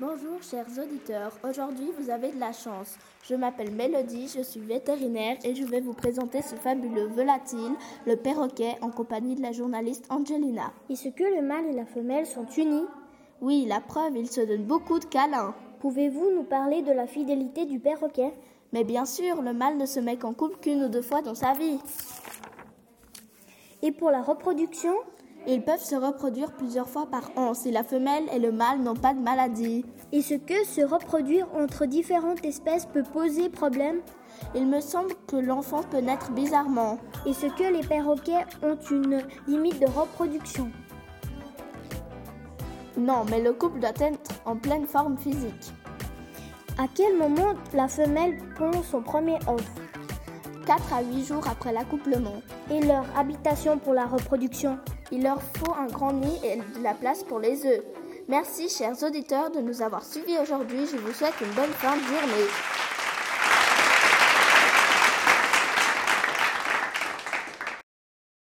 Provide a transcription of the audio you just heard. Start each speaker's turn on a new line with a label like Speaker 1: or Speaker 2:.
Speaker 1: Bonjour chers auditeurs, aujourd'hui vous avez de la chance. Je m'appelle Mélodie, je suis vétérinaire et je vais vous présenter ce fabuleux volatile, le perroquet, en compagnie de la journaliste Angelina.
Speaker 2: Est-ce que le mâle et la femelle sont unis
Speaker 1: Oui, la preuve, il se donne beaucoup de câlins.
Speaker 2: Pouvez-vous nous parler de la fidélité du perroquet
Speaker 1: Mais bien sûr, le mâle ne se met qu'en couple qu'une ou deux fois dans sa vie.
Speaker 2: Et pour la reproduction
Speaker 1: Ils peuvent se reproduire plusieurs fois par an si la femelle et le mâle n'ont pas de maladie.
Speaker 2: Est-ce que se reproduire entre différentes espèces peut poser problème
Speaker 1: Il me semble que l'enfant peut naître bizarrement.
Speaker 2: Est-ce que les perroquets ont une limite de reproduction
Speaker 1: Non, mais le couple doit être en pleine forme physique.
Speaker 2: À quel moment la femelle pond son premier œuf
Speaker 1: 4 à 8 jours après l'accouplement.
Speaker 2: Et leur habitation pour la reproduction
Speaker 1: Il leur faut un grand nid et de la place pour les œufs. Merci chers auditeurs de nous avoir suivis aujourd'hui. Je vous souhaite une bonne fin de journée.